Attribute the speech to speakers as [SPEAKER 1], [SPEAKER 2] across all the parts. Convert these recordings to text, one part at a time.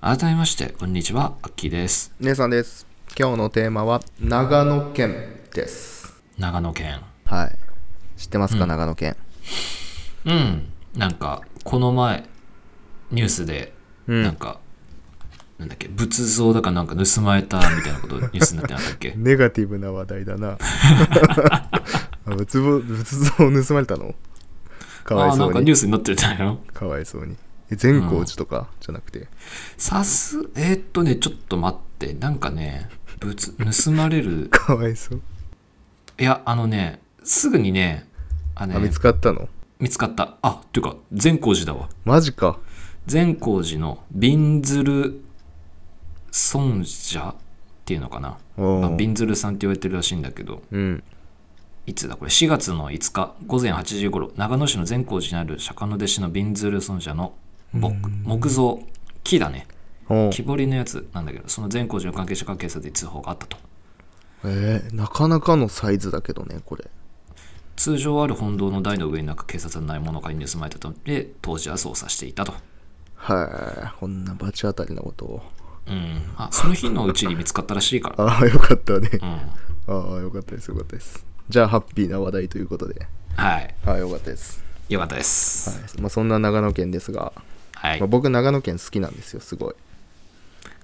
[SPEAKER 1] 改めましてこんにちはアッキーです
[SPEAKER 2] 姉さんです。今日のテーマは長野県です。
[SPEAKER 1] 長野県
[SPEAKER 2] はい。知ってますか、長野県。
[SPEAKER 1] うんなんかこの前ニュースで
[SPEAKER 2] う
[SPEAKER 1] なん。か、なんだっけ仏像だかなんか盗まれたみたいな ことニュースになってなかったっけ
[SPEAKER 2] ネガティブな話題だ な。仏像仏像を盗まれたのかわ
[SPEAKER 1] あ
[SPEAKER 2] い
[SPEAKER 1] あな
[SPEAKER 2] そ
[SPEAKER 1] ん
[SPEAKER 2] う
[SPEAKER 1] かニュ
[SPEAKER 2] に。
[SPEAKER 1] ースになってたよ
[SPEAKER 2] かわいそうに。え善光寺とかじゃなくて。
[SPEAKER 1] さすえーっとねちょっと待ってなんかね仏盗まれる
[SPEAKER 2] かわいそう。
[SPEAKER 1] いやあのねすぐにねあ
[SPEAKER 2] あ、
[SPEAKER 1] ね
[SPEAKER 2] 見つかったの
[SPEAKER 1] 見つかったあっていうか善光寺だわ
[SPEAKER 2] マジか。
[SPEAKER 1] 善光寺のびんずる尊者っていうのかな
[SPEAKER 2] お
[SPEAKER 1] まあ
[SPEAKER 2] ー
[SPEAKER 1] びんずるさんって言われてるらしいんだけど
[SPEAKER 2] うん。
[SPEAKER 1] いつだこれ4月の5日午前8時頃長野市の善光寺にある釈迦の弟子のびんずる尊者の木木造木だね
[SPEAKER 2] おう
[SPEAKER 1] 木彫りのやつなんだけどその善光寺の関係者から警察に通報があったと
[SPEAKER 2] えーなかなかのサイズだけどね、これ。
[SPEAKER 1] 通常ある本堂の台の上になく警察はないものかに盗まれたとで当時は捜査していたと
[SPEAKER 2] はい。こんな罰当たりなことを。
[SPEAKER 1] うんあその日のうちに見つかったらしいから
[SPEAKER 2] ああ、よかったね。
[SPEAKER 1] うん
[SPEAKER 2] ああ、よかったです、よかったです。じゃあ、ハッピーな話題ということで。
[SPEAKER 1] はい
[SPEAKER 2] ああ、よかったです。
[SPEAKER 1] よかったです
[SPEAKER 2] はいまあ、そんな長野県ですが、
[SPEAKER 1] はい、
[SPEAKER 2] まあ、僕、長野県好きなんですよ、すごい。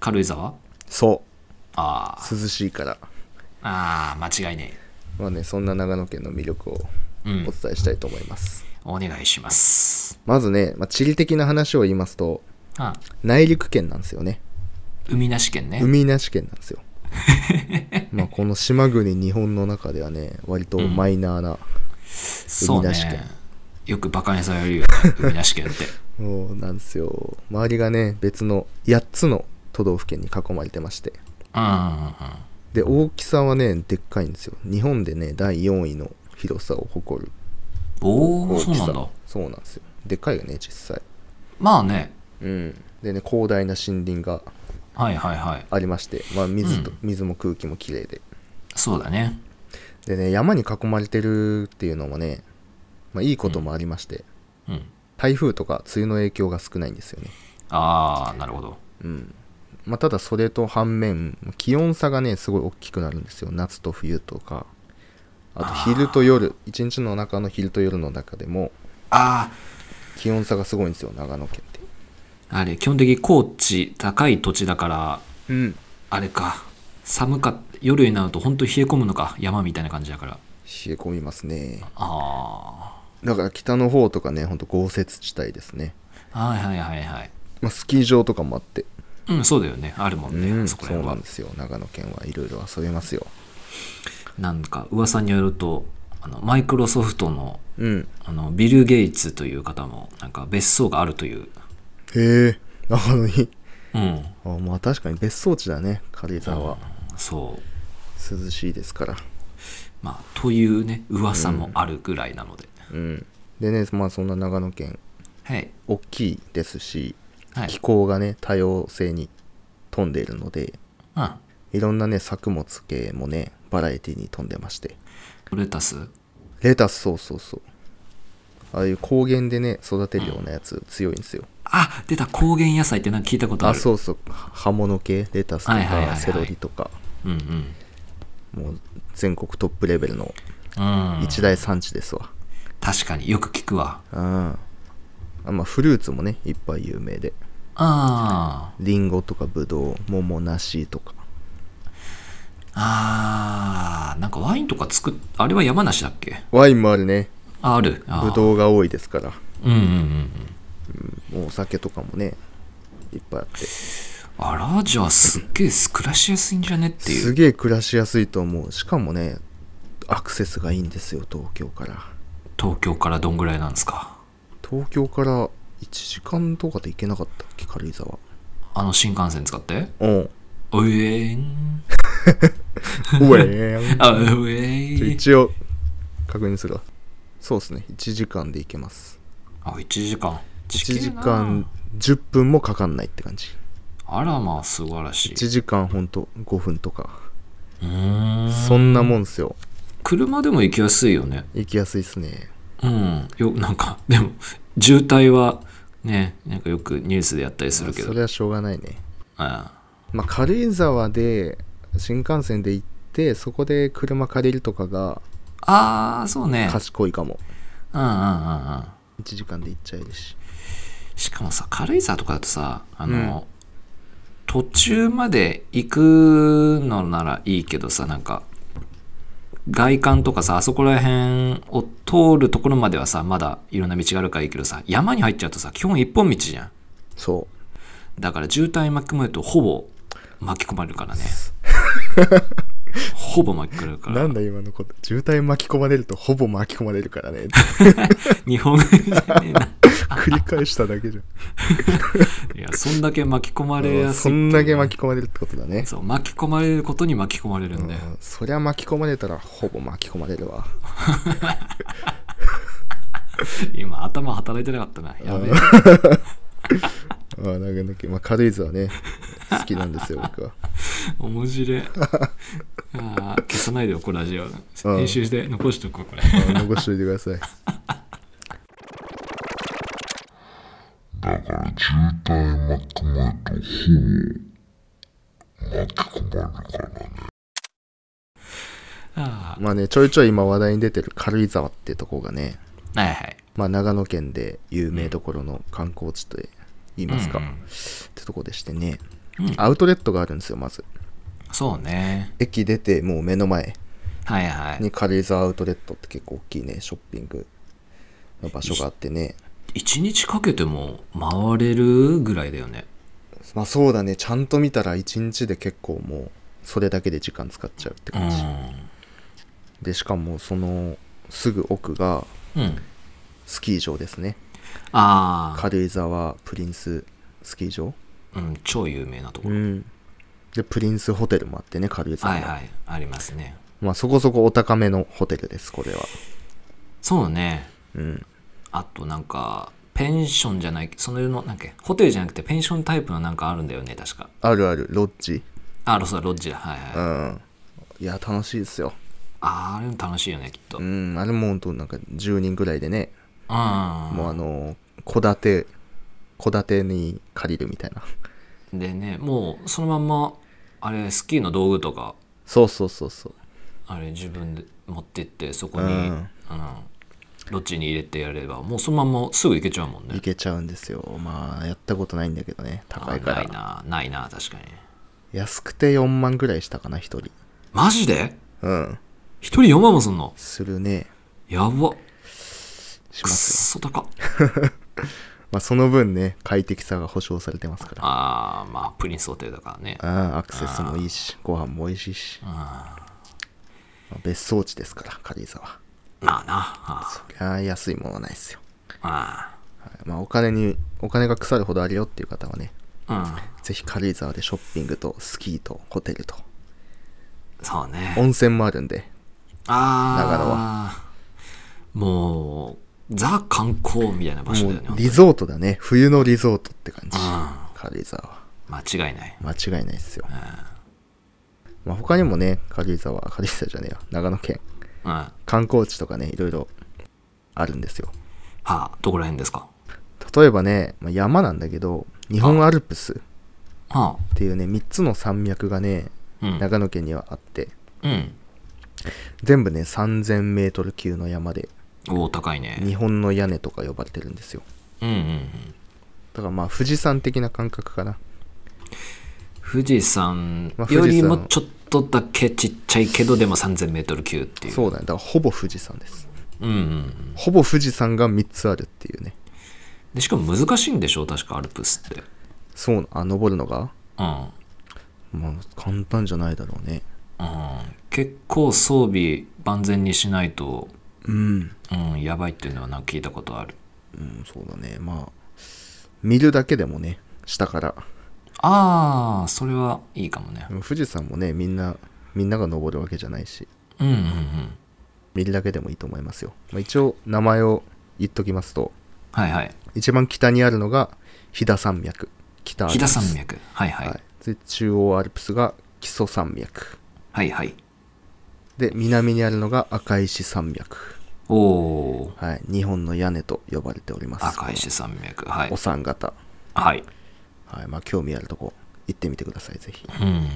[SPEAKER 1] 軽井沢
[SPEAKER 2] そ
[SPEAKER 1] あー
[SPEAKER 2] う、涼しいから。
[SPEAKER 1] あー間違いね
[SPEAKER 2] まあね、そんな長野県の魅力を
[SPEAKER 1] えう
[SPEAKER 2] お
[SPEAKER 1] ん
[SPEAKER 2] 伝えしたいと思います。
[SPEAKER 1] お願いします
[SPEAKER 2] まずね、まあ、地理的な話を言いますと、
[SPEAKER 1] あ
[SPEAKER 2] 内陸県なんですよね。
[SPEAKER 1] 海なし県ね
[SPEAKER 2] 海なし県なん ですよまあこの島国日本の中ではね割とマイナーな、
[SPEAKER 1] そうね
[SPEAKER 2] 海なし県
[SPEAKER 1] よくバカにされるよね海なし県っ て
[SPEAKER 2] もうなんですよ周りがね別の8つの都道府県に囲まれてまして
[SPEAKER 1] うんうんうんうん
[SPEAKER 2] で大きさはねでっかいんですよ日本でね第4位の広さを誇る
[SPEAKER 1] お
[SPEAKER 2] 大
[SPEAKER 1] お
[SPEAKER 2] き
[SPEAKER 1] そう
[SPEAKER 2] さ
[SPEAKER 1] なんだ
[SPEAKER 2] そうなんですよでっかいよね実際
[SPEAKER 1] まあね
[SPEAKER 2] うんでね広大な森林が
[SPEAKER 1] はいはいはい
[SPEAKER 2] ありまして、まあ、水と、
[SPEAKER 1] うん
[SPEAKER 2] 水も空気もきれいで
[SPEAKER 1] そうだね
[SPEAKER 2] でね山に囲まれてるっていうのもね、まあ、いいこともありまして、
[SPEAKER 1] うん
[SPEAKER 2] 台風とか梅雨の影響が少ないんですよね。
[SPEAKER 1] ああなるほど
[SPEAKER 2] うん。まあ、ただそれと反面、気温差がね、すごい大きくなるんですよ。夏と冬とか。あと昼と夜、一日の中の昼と夜の中でも、
[SPEAKER 1] あ
[SPEAKER 2] 気温差がすごいんですよ、長野県って。
[SPEAKER 1] ああれ基本的に高地高い土地だから
[SPEAKER 2] うん。
[SPEAKER 1] あれか寒かっ夜になると本当に冷え込むのか山みたいな感じだから
[SPEAKER 2] 冷え込みますね。
[SPEAKER 1] あ
[SPEAKER 2] だから北の方とかね、ほんと豪雪地帯ですね。
[SPEAKER 1] あはいはいはいはい
[SPEAKER 2] まあ、スキー場とかもあって。
[SPEAKER 1] うんそうだよねあるもんね、
[SPEAKER 2] うん、
[SPEAKER 1] そこ
[SPEAKER 2] そ
[SPEAKER 1] ら
[SPEAKER 2] う
[SPEAKER 1] 辺
[SPEAKER 2] な
[SPEAKER 1] は
[SPEAKER 2] んですよ。長野県はいろいろ遊べますよ。
[SPEAKER 1] なんか噂によるとあのマイクロソフトの
[SPEAKER 2] うん。
[SPEAKER 1] あのビル・ゲイツという方もなんか別荘があるという、
[SPEAKER 2] へえ、長野に。
[SPEAKER 1] うん、
[SPEAKER 2] あまあ確かに別荘地だね、軽井沢は。
[SPEAKER 1] そう
[SPEAKER 2] 涼しいですから、
[SPEAKER 1] まあというね噂もあるぐらいなので、
[SPEAKER 2] うん、でねまあそんな長野県
[SPEAKER 1] はい
[SPEAKER 2] 大きいですし、
[SPEAKER 1] はい
[SPEAKER 2] 気候がね多様性に富んでいるので
[SPEAKER 1] うん
[SPEAKER 2] いろんなね作物系もねバラエティに富んでまして
[SPEAKER 1] レタス
[SPEAKER 2] レタスそうそうそうああいう高原でね育てるようなやつ強いんですよ、
[SPEAKER 1] あ出た高原野菜ってなんか聞いたことあ
[SPEAKER 2] あ
[SPEAKER 1] る
[SPEAKER 2] そうそう葉物系レタスと
[SPEAKER 1] はいはいはいは
[SPEAKER 2] か
[SPEAKER 1] い
[SPEAKER 2] セロリとか
[SPEAKER 1] うんうん
[SPEAKER 2] もう全国トップレベルの
[SPEAKER 1] うん、
[SPEAKER 2] 一大産地ですわ
[SPEAKER 1] 確かによく聞くわ
[SPEAKER 2] うんあまあフルーツもねいっぱい有名で
[SPEAKER 1] あ
[SPEAKER 2] リンゴとかブドウ、桃、梨とか。
[SPEAKER 1] ーあーなんかワインとか作っあれは山梨だっけ
[SPEAKER 2] ワインもあるね。
[SPEAKER 1] ああるあー
[SPEAKER 2] ブドウが多いですから。
[SPEAKER 1] うんうんうんうん
[SPEAKER 2] もうお酒とかもね、いっぱいあって。
[SPEAKER 1] あらじゃあすっげえ暮らしやすいんじゃねっていう
[SPEAKER 2] すげえ暮らしやすいと思う。しかもね、アクセスがいいんですよ、東京から。
[SPEAKER 1] 東京からどんぐらいなんですか
[SPEAKER 2] 東京から1時間とかで行けなかったっけ軽井沢
[SPEAKER 1] あの新幹線使って
[SPEAKER 2] うん
[SPEAKER 1] うえーん
[SPEAKER 2] うえー ん
[SPEAKER 1] あうえ
[SPEAKER 2] ちょ
[SPEAKER 1] ーん
[SPEAKER 2] 一応確認するわそうですね1時間で行けます
[SPEAKER 1] あ1時間
[SPEAKER 2] 1時
[SPEAKER 1] 地球な
[SPEAKER 2] 間10分もかかんないって感じ
[SPEAKER 1] あらまあ素晴らしい
[SPEAKER 2] 1時間ほんと5分とか
[SPEAKER 1] うーん
[SPEAKER 2] そんなもんっすよ
[SPEAKER 1] 車でも行きやすいよね
[SPEAKER 2] 行きやすいっすね
[SPEAKER 1] うんよなんか でも渋滞はねなんかよくニュースでやったりするけ
[SPEAKER 2] まあ
[SPEAKER 1] ど
[SPEAKER 2] それはしょうがないね
[SPEAKER 1] あ
[SPEAKER 2] まあ軽井沢で新幹線で行ってそこで車借りるとかが
[SPEAKER 1] あーそうね
[SPEAKER 2] 賢いかも
[SPEAKER 1] うんうんうんうん
[SPEAKER 2] 1時間で行っちゃえるし
[SPEAKER 1] しかもさ軽井沢とかだとさあの、途中まで行くのならいいけどさなんか外観とかさあそこら辺を通るところまではさまだいろんな道があるからいいけどさ山に入っちゃうとさ基本一本道じゃん
[SPEAKER 2] そ
[SPEAKER 1] だから渋滞巻き込まれるとほぼ巻き込まれる からねほぼ巻き込まれる
[SPEAKER 2] う
[SPEAKER 1] か
[SPEAKER 2] な
[SPEAKER 1] ら
[SPEAKER 2] んだ今のこと渋滞巻き込まれるとほぼ巻き込まれるか らね
[SPEAKER 1] 日本語じゃねえな
[SPEAKER 2] 繰り返しただけじゃん
[SPEAKER 1] いやそんだけ巻き込まれやすい
[SPEAKER 2] そんだけ巻き込まれるってことだね
[SPEAKER 1] そう巻き込まれることに巻き込まれるんだよ、
[SPEAKER 2] うんそりゃ巻き込まれたらほぼ巻き込まれるわ
[SPEAKER 1] 今頭働いてなかったなやべ え
[SPEAKER 2] あーなんかなんかまあ、軽井沢ね好きなんですよ僕 は
[SPEAKER 1] 面白いあー消さないでよこれラジオ
[SPEAKER 2] うん
[SPEAKER 1] 編集して残しとこうこれ
[SPEAKER 2] あー残しておいてください
[SPEAKER 3] だから渋滞巻き込まれるとほぼ巻き込まれるからね。
[SPEAKER 1] あ
[SPEAKER 2] まあねちょいちょい今話題に出てる軽井沢ってとこがね
[SPEAKER 1] ーはいはい
[SPEAKER 2] まあ長野県で有名どころの観光地と言いますか、
[SPEAKER 1] うんうん
[SPEAKER 2] ってとこでしてね、
[SPEAKER 1] うん
[SPEAKER 2] アウトレットがあるんですよまず
[SPEAKER 1] そうね
[SPEAKER 2] 駅出てもう目の前
[SPEAKER 1] はいはい
[SPEAKER 2] に軽井沢アウトレットって結構大きいねショッピングの場所があってね
[SPEAKER 1] 1日かけても回れるぐらいだよね
[SPEAKER 2] まあそうだねちゃんと見たら1日で結構もうそれだけで時間使っちゃうって
[SPEAKER 1] う
[SPEAKER 2] 感じ、
[SPEAKER 1] ん、
[SPEAKER 2] でしかもそのすぐ奥が
[SPEAKER 1] うん、
[SPEAKER 2] スキー場ですね
[SPEAKER 1] あ
[SPEAKER 2] 軽井沢プリンススキー場
[SPEAKER 1] あ、うん、超有名なとこ
[SPEAKER 2] う
[SPEAKER 1] ろ、
[SPEAKER 2] んでプリンスホテルもあってね軽井沢
[SPEAKER 1] は
[SPEAKER 2] の
[SPEAKER 1] いはいありますね
[SPEAKER 2] まあそこそこお高めのホテルですこれは
[SPEAKER 1] そうね
[SPEAKER 2] うん
[SPEAKER 1] あとなんかペンションじゃないそののなんかホテルじゃなくてペンションタイプのなんかあるんだよね確か
[SPEAKER 2] あるあるロッジ
[SPEAKER 1] あロそうだロッジだはいはい、
[SPEAKER 2] うんいや楽しいですよ
[SPEAKER 1] あーあれも楽しいよねきっと、
[SPEAKER 2] う
[SPEAKER 1] うん、
[SPEAKER 2] んあれもほんとなんか10人ぐらいでねもうあの戸建て戸建てに借りるみたいな
[SPEAKER 1] でねもうそのまんまあれスキーの道具とか
[SPEAKER 2] そうそうそうそう
[SPEAKER 1] あれ自分で持ってってそこに、
[SPEAKER 2] う
[SPEAKER 1] うんん、ロッジに入れてやればもうそのまんますぐ行けちゃうもんね
[SPEAKER 2] 行けちゃうんですよまあやったことないんだけどね高いか
[SPEAKER 1] あない
[SPEAKER 2] ら
[SPEAKER 1] なないな確かに
[SPEAKER 2] 安くて4万ぐらいしたかな1人
[SPEAKER 1] マジで
[SPEAKER 2] うん
[SPEAKER 1] 一人4万もすんの
[SPEAKER 2] するね
[SPEAKER 1] やば
[SPEAKER 2] し
[SPEAKER 1] くっ
[SPEAKER 2] ます
[SPEAKER 1] そ高っ
[SPEAKER 2] よまあその分ね快適さが保証されてますから
[SPEAKER 1] あーまあプリンスホテルだからね
[SPEAKER 2] あアクセスもいいしご飯も美味しいしまあ別荘地ですから軽井沢
[SPEAKER 1] まあなあ
[SPEAKER 2] そりゃあ安いものはないですよ、
[SPEAKER 1] あ
[SPEAKER 2] はいまあ、お金にお金が腐るほどあるよっていう方はね
[SPEAKER 1] うん
[SPEAKER 2] ぜひ軽井沢でショッピングとスキーとホテルと
[SPEAKER 1] そうね
[SPEAKER 2] 温泉もあるんで
[SPEAKER 1] ああ
[SPEAKER 2] 長野
[SPEAKER 1] もうザ観光みたいな場所
[SPEAKER 2] も
[SPEAKER 1] だよね
[SPEAKER 2] うリゾートだね冬のリゾートって感じ
[SPEAKER 1] う
[SPEAKER 2] 軽井沢は
[SPEAKER 1] 間違いない
[SPEAKER 2] 間違いないですよ、まあ、他にもね軽井沢軽井沢じゃねえよ長野県
[SPEAKER 1] うんは
[SPEAKER 2] 観光地とかねいろいろあるんですよ
[SPEAKER 1] あどこら辺ですか
[SPEAKER 2] 例えばね、まあ、山なんだけど日本アルプスっ
[SPEAKER 1] は
[SPEAKER 2] ていうね3つの山脈がね
[SPEAKER 1] あうん
[SPEAKER 2] 長野県にはあって
[SPEAKER 1] うん
[SPEAKER 2] 全部ね 3000m 級の山で
[SPEAKER 1] おお高いね
[SPEAKER 2] 日本の屋根とか呼ばれてるんですよ
[SPEAKER 1] うんうんうん
[SPEAKER 2] だからまあ富士山的な感覚かな
[SPEAKER 1] 富士山
[SPEAKER 2] まあ富士
[SPEAKER 1] よ
[SPEAKER 2] 山
[SPEAKER 1] りもちょっとだけちっちゃいけどでも 3000m 級っていう
[SPEAKER 2] そうだねだからほぼ富士山です
[SPEAKER 1] うんうんうん
[SPEAKER 2] ほぼ富士山が3つあるっていうね
[SPEAKER 1] でしかも難しいんでしょ確かアルプスって
[SPEAKER 2] そうあ登るのが
[SPEAKER 1] うん
[SPEAKER 2] まあ簡単じゃないだろうね
[SPEAKER 1] うん結構装備万全にしないと
[SPEAKER 2] うん、
[SPEAKER 1] うん、やばいっていうのはなんか聞いたことある。
[SPEAKER 2] うん、そうだねまあ見るだけでもね下から
[SPEAKER 1] ああ、それはいいかもね。
[SPEAKER 2] 富士山もねみんなみんなが登るわけじゃないし
[SPEAKER 1] うんうんうん。
[SPEAKER 2] 見るだけでもいいと思いますよ、まあ、一応名前を言っときますと
[SPEAKER 1] はいはい。
[SPEAKER 2] 一番北にあるのが飛騨山脈北アル
[SPEAKER 1] 飛
[SPEAKER 2] プ
[SPEAKER 1] 騨
[SPEAKER 2] ス
[SPEAKER 1] 山脈。はいはい。
[SPEAKER 2] はい、で中央アルプスが木曽山脈
[SPEAKER 1] はいはい。
[SPEAKER 2] で南にあるのが赤石山脈
[SPEAKER 1] おおー。
[SPEAKER 2] はい日本の屋根と呼ばれております
[SPEAKER 1] 赤石山脈。はい
[SPEAKER 2] お。三方
[SPEAKER 1] はい。
[SPEAKER 2] はいまあ興味あるとこ行ってみてくださいぜひ
[SPEAKER 1] うん。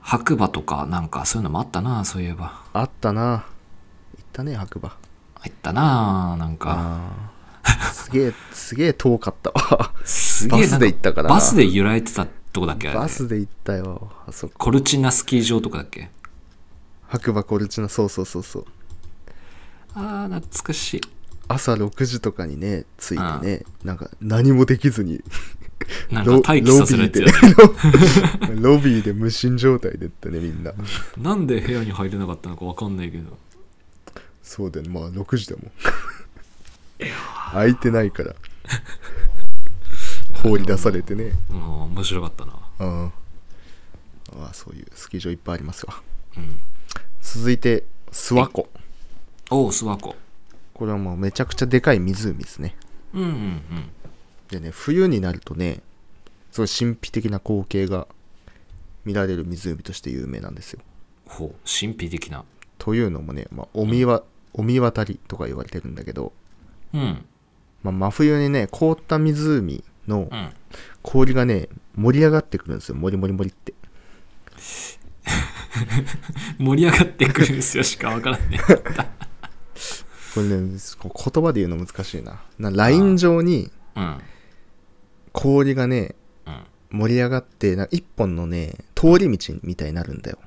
[SPEAKER 1] 白馬とかなんかそういうのもあったな、そういえば。
[SPEAKER 2] あったな行ったね白馬
[SPEAKER 1] 入ったなあなんか。
[SPEAKER 2] あーすげえすげえ遠かったわ
[SPEAKER 1] すげえ
[SPEAKER 2] バスで行ったからな
[SPEAKER 1] バスで揺られてたとこだっけあれ
[SPEAKER 2] バスで行ったよあそこ
[SPEAKER 1] コルチナスキー場とかだっけ
[SPEAKER 2] 白馬コルチナそうそうそうそう
[SPEAKER 1] ああ、懐かしい。
[SPEAKER 2] 朝6時とかにね着いてねなんか何もできずに
[SPEAKER 1] なんか
[SPEAKER 2] ロ
[SPEAKER 1] 待機させるやつよね。
[SPEAKER 2] ロビーで ロビーで無心状態でったねみんな
[SPEAKER 1] なんで部屋に入れなかったのかわかんないけど。
[SPEAKER 2] そうだよねまあ6時だもん空いてない から放り出されてね
[SPEAKER 1] うん、面白かったな。
[SPEAKER 2] うんああそういうスキー場いっぱいありますわ
[SPEAKER 1] うん。
[SPEAKER 2] 続いて諏訪湖
[SPEAKER 1] おう、諏訪湖。
[SPEAKER 2] これはもうめちゃくちゃでかい湖ですね
[SPEAKER 1] うんうんうん。
[SPEAKER 2] でね冬になるとねすごい神秘的な光景が見られる湖として有名なんですよ
[SPEAKER 1] ほう、神秘的な。
[SPEAKER 2] というのもね、まあ、お見わお見渡りとか言われてるんだけど、
[SPEAKER 1] うん。
[SPEAKER 2] まあ、真冬にね凍った湖の
[SPEAKER 1] うん。
[SPEAKER 2] 氷がね盛り上がってくるんですよもりもりもりって
[SPEAKER 1] 盛り上がってくるんですよしかわからんね。
[SPEAKER 2] これねこう言葉で言うの難しいななライン上に
[SPEAKER 1] うん。
[SPEAKER 2] 氷がね
[SPEAKER 1] うん。
[SPEAKER 2] 盛り上がってな一本のね通り道みたいになるんだよ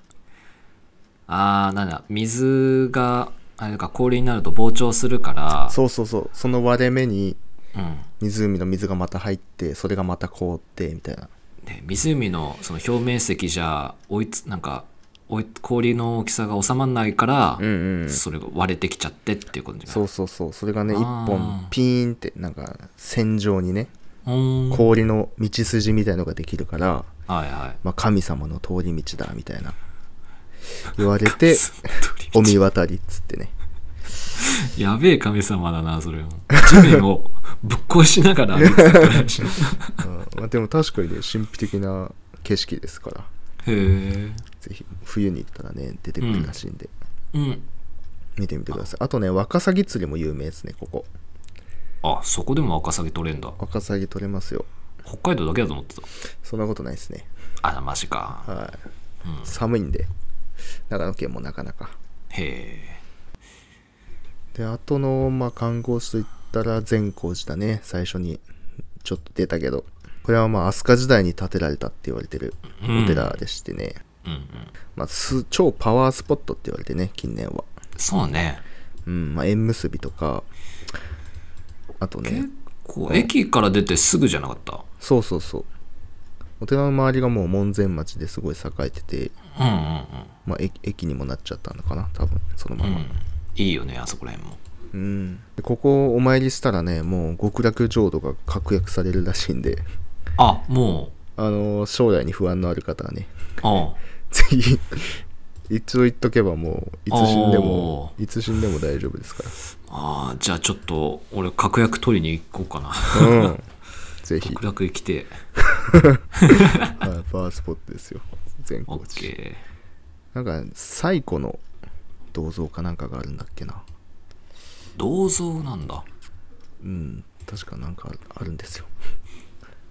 [SPEAKER 1] あー、なんだ、水が、あれか、氷になると膨張するから、
[SPEAKER 2] そうそうそうその割れ目に
[SPEAKER 1] うん。
[SPEAKER 2] 湖の水がまた入ってそれがまた凍ってみたいな
[SPEAKER 1] ね、湖のその表面積じゃ、追いつ、なんか、追い氷の大きさが収まらないから、
[SPEAKER 2] ん
[SPEAKER 1] それが割れてきちゃってっていうことじゃない
[SPEAKER 2] そうそうそうそれがね一
[SPEAKER 1] あ
[SPEAKER 2] 本
[SPEAKER 1] ー
[SPEAKER 2] ピーンってなんか線状にね
[SPEAKER 1] うーん。
[SPEAKER 2] 氷の道筋みたいのができるから、
[SPEAKER 1] はいはい。
[SPEAKER 2] まあ、神様の通り道だみたいな言わ れて
[SPEAKER 1] 鳥
[SPEAKER 2] お見渡りっつってね
[SPEAKER 1] やべえ神様だな、それも。地面を ぶっ壊しながら歩いてた からしへ
[SPEAKER 2] まあでも確かにね神秘的な景色ですから
[SPEAKER 1] え。
[SPEAKER 2] ぜひ冬に行ったらね出てくるらしいんで、
[SPEAKER 1] うん。
[SPEAKER 2] 見てみてくださいあとねワカサギ釣りも有名ですねここ
[SPEAKER 1] あ、そこでもワカサギ取れんだ。
[SPEAKER 2] ワカサギ取れますよ
[SPEAKER 1] 北海道だけだと思ってた。
[SPEAKER 2] そんなことないですね
[SPEAKER 1] あ、マジか。
[SPEAKER 2] はい、
[SPEAKER 1] うん
[SPEAKER 2] 寒いんで長野県もなかなか
[SPEAKER 1] へえ。
[SPEAKER 2] であとの、まあ、観光地といったら善光寺だね最初にちょっと出たけどこれはまあ飛鳥時代に建てられたって言われてる
[SPEAKER 1] うん
[SPEAKER 2] お寺でしてね、
[SPEAKER 1] うんうん。
[SPEAKER 2] まあ、す超パワースポットって言われてね近年は、
[SPEAKER 1] そうね。
[SPEAKER 2] うんまあ、縁結びとかあとね
[SPEAKER 1] 結構、駅から出てすぐじゃなかった。
[SPEAKER 2] そうそうそうお寺の周りがもう門前町ですごい栄えてて、
[SPEAKER 1] うんう
[SPEAKER 2] まあ、駅駅にもなっちゃったのかな多分そのま
[SPEAKER 1] んうん。う
[SPEAKER 2] ま、
[SPEAKER 1] ん。いいよね、あそこら辺も。
[SPEAKER 2] うん、でここお参りしたらねもう極楽浄土が確約されるらしいんで
[SPEAKER 1] あ、も
[SPEAKER 2] あの将来に不安のある方はね
[SPEAKER 1] う、あ
[SPEAKER 2] ぜひ一応言っとけばもういつ死んでもいつ死んでも大丈夫ですか
[SPEAKER 1] あー、じゃあちょっと、俺、確約取りに行こうかな。
[SPEAKER 2] ら、うん、ぜひ
[SPEAKER 1] 極楽行きてえ。
[SPEAKER 2] はいパワースポットですよ全
[SPEAKER 1] オ
[SPEAKER 2] 国
[SPEAKER 1] ッ
[SPEAKER 2] 地
[SPEAKER 1] ケ
[SPEAKER 2] なんか最古の銅像かなんかがあるんだっけな
[SPEAKER 1] ー。銅像なんだ。
[SPEAKER 2] うん確かなんかあるんですよ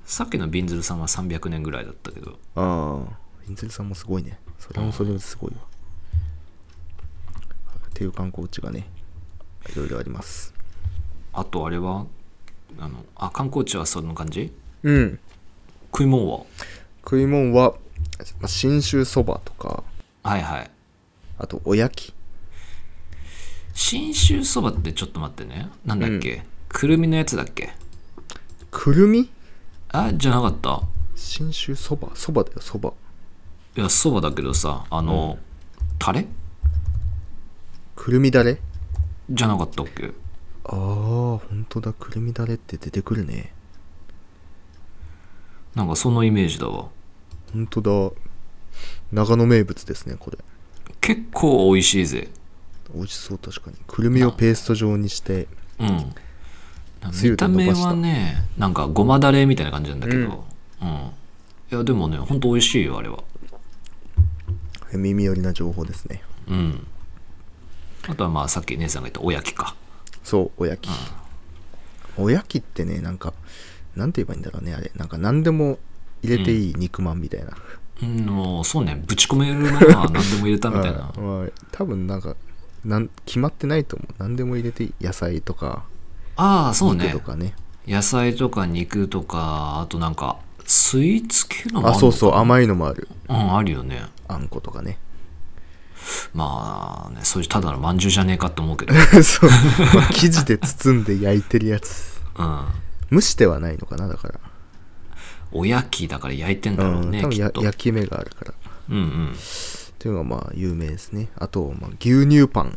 [SPEAKER 1] さっきのビンズルさんは300年ぐらいだったけど
[SPEAKER 2] ああインゼルさんもすごいねそれもそれもすごいわっていう観光地がねいろいろあります
[SPEAKER 1] あとあれはあのあ観光地はそんな感じ
[SPEAKER 2] うん
[SPEAKER 1] 食い物は
[SPEAKER 2] 食い物はまあ信州そばとか
[SPEAKER 1] はいはい
[SPEAKER 2] あとおやき
[SPEAKER 1] 信州そばってちょっと待ってねなんだっけ、くるみのやつだっけ
[SPEAKER 2] くるみ
[SPEAKER 1] あじゃなかった
[SPEAKER 2] 信州そばそばだよそば
[SPEAKER 1] いやそばだけどさあの、タレ
[SPEAKER 2] くるみだれ
[SPEAKER 1] じゃなかったっけ
[SPEAKER 2] ああ本当だくるみだれって出てくるね
[SPEAKER 1] なんかそのイメージだわ
[SPEAKER 2] 本当だ長野名物ですねこれ
[SPEAKER 1] 結構美味しいぜ
[SPEAKER 2] 美味しそう確かにくるみをペースト状にして
[SPEAKER 1] うん
[SPEAKER 2] つゆ
[SPEAKER 1] 見
[SPEAKER 2] で
[SPEAKER 1] た
[SPEAKER 2] 伸
[SPEAKER 1] 目
[SPEAKER 2] ばした
[SPEAKER 1] はねなんかごまだれみたいな感じなんだけど、うんいやでもねほんと美味しいよあれは
[SPEAKER 2] 耳寄りな情報ですね
[SPEAKER 1] うんあとはまあさっき姉さんが言ったおやきか
[SPEAKER 2] そうおやき、おやきってねなんかなんて言えばいいんだろうねあれなんか何でも入れていい肉まんみたいな、
[SPEAKER 1] うんもうそうねぶち込めるものは何でも入れたみ たいな
[SPEAKER 2] はいまあ多分なんかなん決まってないと思う何でも入れていい野菜とか
[SPEAKER 1] ああそう
[SPEAKER 2] 肉
[SPEAKER 1] ね
[SPEAKER 2] とかね
[SPEAKER 1] 野菜とか肉とかあとなんかスイーツ系のもあ
[SPEAKER 2] あ
[SPEAKER 1] るの
[SPEAKER 2] そうそう甘いのもある
[SPEAKER 1] うんあるよね
[SPEAKER 2] あんこと かね
[SPEAKER 1] まあねそういうただのまんじゅうじゃねえかと思う けど
[SPEAKER 2] そう、まあ生地で包んで焼いてるやつ
[SPEAKER 1] うん
[SPEAKER 2] 蒸してはないのかなだから
[SPEAKER 1] おやきだから焼いてんだろ
[SPEAKER 2] う、
[SPEAKER 1] うんね、
[SPEAKER 2] 多分
[SPEAKER 1] きっ
[SPEAKER 2] や
[SPEAKER 1] と
[SPEAKER 2] 焼き目があるから
[SPEAKER 1] うんうん
[SPEAKER 2] っていうのがまあ有名ですねあと、まあ、牛乳パン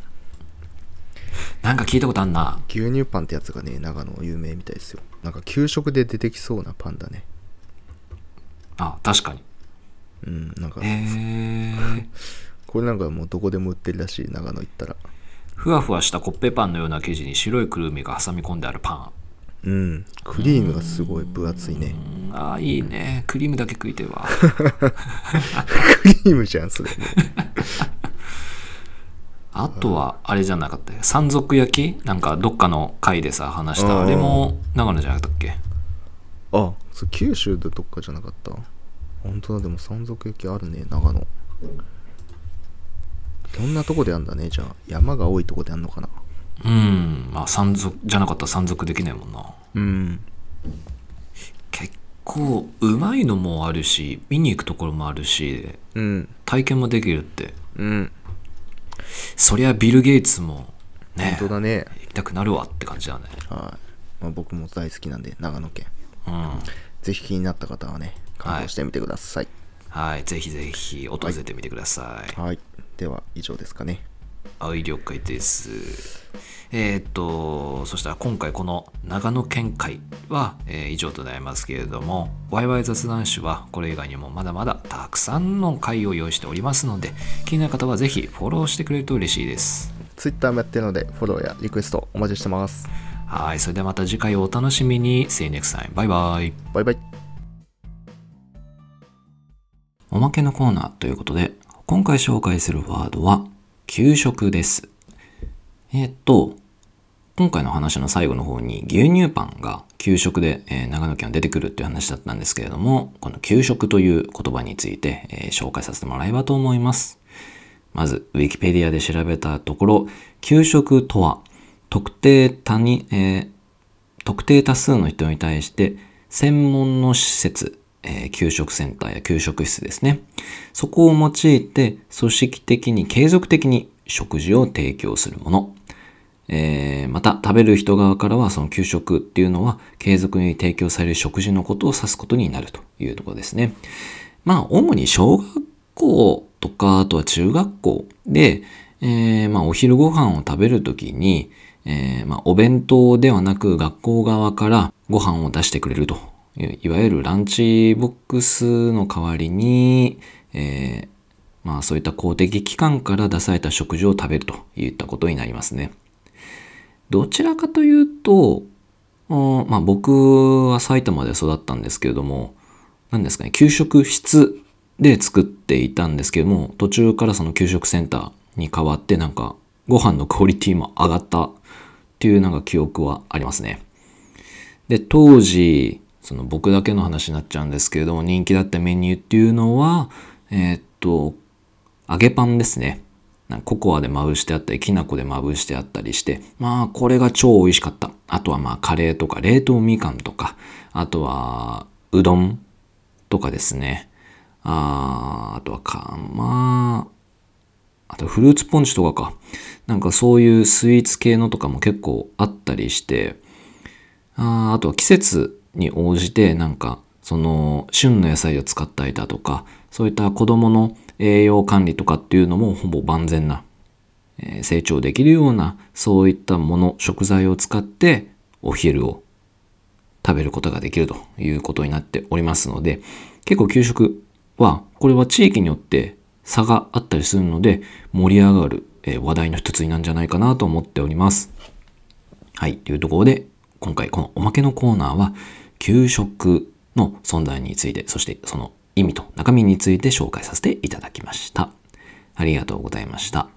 [SPEAKER 1] なんか聞いたことあんな
[SPEAKER 2] 牛乳パンってやつがね長野有名みたいですよなんか給食で出てきそうなパンだね
[SPEAKER 1] あ確かに
[SPEAKER 2] うんなんか
[SPEAKER 1] へえー、
[SPEAKER 2] これなんかもうどこでも売ってるらしい長野行ったら
[SPEAKER 1] ふわふわしたコッペパンのような生地に白いくるみが挟み込んであるパ
[SPEAKER 2] うんクリームがすごい分厚いね
[SPEAKER 1] ンうんあーいいねクリームだけ食いてえ わ
[SPEAKER 2] クリームじゃんそれ
[SPEAKER 1] あとはあれじゃなかったよ山賊焼きなんかどっかの回でさ話し
[SPEAKER 2] うん
[SPEAKER 1] たあれも長野じゃなかったっけ
[SPEAKER 2] あそう九州でどっかじゃなかった本当だでも山賊焼きあるね長野いろんなとこであんだねじゃあ山が多いとこであんのかな
[SPEAKER 1] うんまあ山賊じゃなかったら山賊できないもんな
[SPEAKER 2] うん
[SPEAKER 1] 結構うまいのもあるし見に行くところもあるし
[SPEAKER 2] うん
[SPEAKER 1] 体験もできるって
[SPEAKER 2] うん
[SPEAKER 1] そりゃビル・ゲイツもね
[SPEAKER 2] 本当だね
[SPEAKER 1] 行きたくなるわって感じだね
[SPEAKER 2] はい、まあ、僕も大好きなんで長野県
[SPEAKER 1] うん
[SPEAKER 2] ぜひ気になった方はね観光してみてください、
[SPEAKER 1] はいぜひぜひ訪れてみてください
[SPEAKER 2] はいでは以上ですかね
[SPEAKER 1] はい了解ですえーっとそしたら今回この長野県会は、えー以上となりますけれどもワイワイ雑談誌はこれ以外にもまだまだたくさんの会を用意しておりますので気になる方はぜひフォローしてくれると嬉しいです
[SPEAKER 2] Twitter もやってるのでフォローやリクエストお待ちしてます
[SPEAKER 1] はいそれではまた次回をお楽しみに See you next time バイバイ
[SPEAKER 2] バイバイ
[SPEAKER 1] おまけのコーナーということで、今回紹介するワードは、給食です。えーっと、今回の話の最後の方に牛乳パンが給食で、えー長野県は出てくるっていう話だったんですけれども、この給食という言葉について、えー紹介させてもらえればと思います。まず、ウィキペディアで調べたところ、給食とは、特定他に、えー特定多数の人に対して専門の施設、えー給食センターや給食室ですね。そこを用いて組織的に継続的に食事を提供するもの。えーまた食べる人側からはその給食っていうのは継続に提供される食事のことを指すことになるというところですね。まあ主に小学校とかあとは中学校で、えーまあ、お昼ご飯を食べるときに、えーまあ、お弁当ではなく学校側からご飯を出してくれるといういわゆるランチボックスの代わりに、えーまあ、そういった公的機関から出された食事を食べるといったことになりますね。どちらかというと、うんまあ僕は埼玉で育ったんですけれども、何ですかね、給食室で作っていたんですけども、途中からその給食センターに変わってなんかご飯のクオリティも上がったっていうなんか記憶はありますね。で、当時、その僕だけの話になっちゃうんですけれども、人気だったメニューっていうのは、えーっと、揚げパンですね。なんかココアでまぶしてあったり、きな粉でまぶしてあったりして、まあこれが超美味しかった。あとはまあカレーとか冷凍みかんとか、あとはうどんとかですね。あーあとはか、まあ、あとフルーツポンチとかか。なんかそういうスイーツ系のとかも結構あったりして、あーあとは季節に応じてなんかその旬の野菜を使ったりだとかそういった子どもの栄養管理とかっていうのもほぼ万全な、ええー成長できるようなそういったもの食材を使ってお昼を食べることができるということになっておりますので結構給食はこれは地域によって差があったりするので盛り上がるえー話題の一つになんじゃないかなと思っております。はい。というところで、今回このおまけのコーナーは、給食の存在について、そしてその意味と中身について紹介させていただきました。ありがとうございました。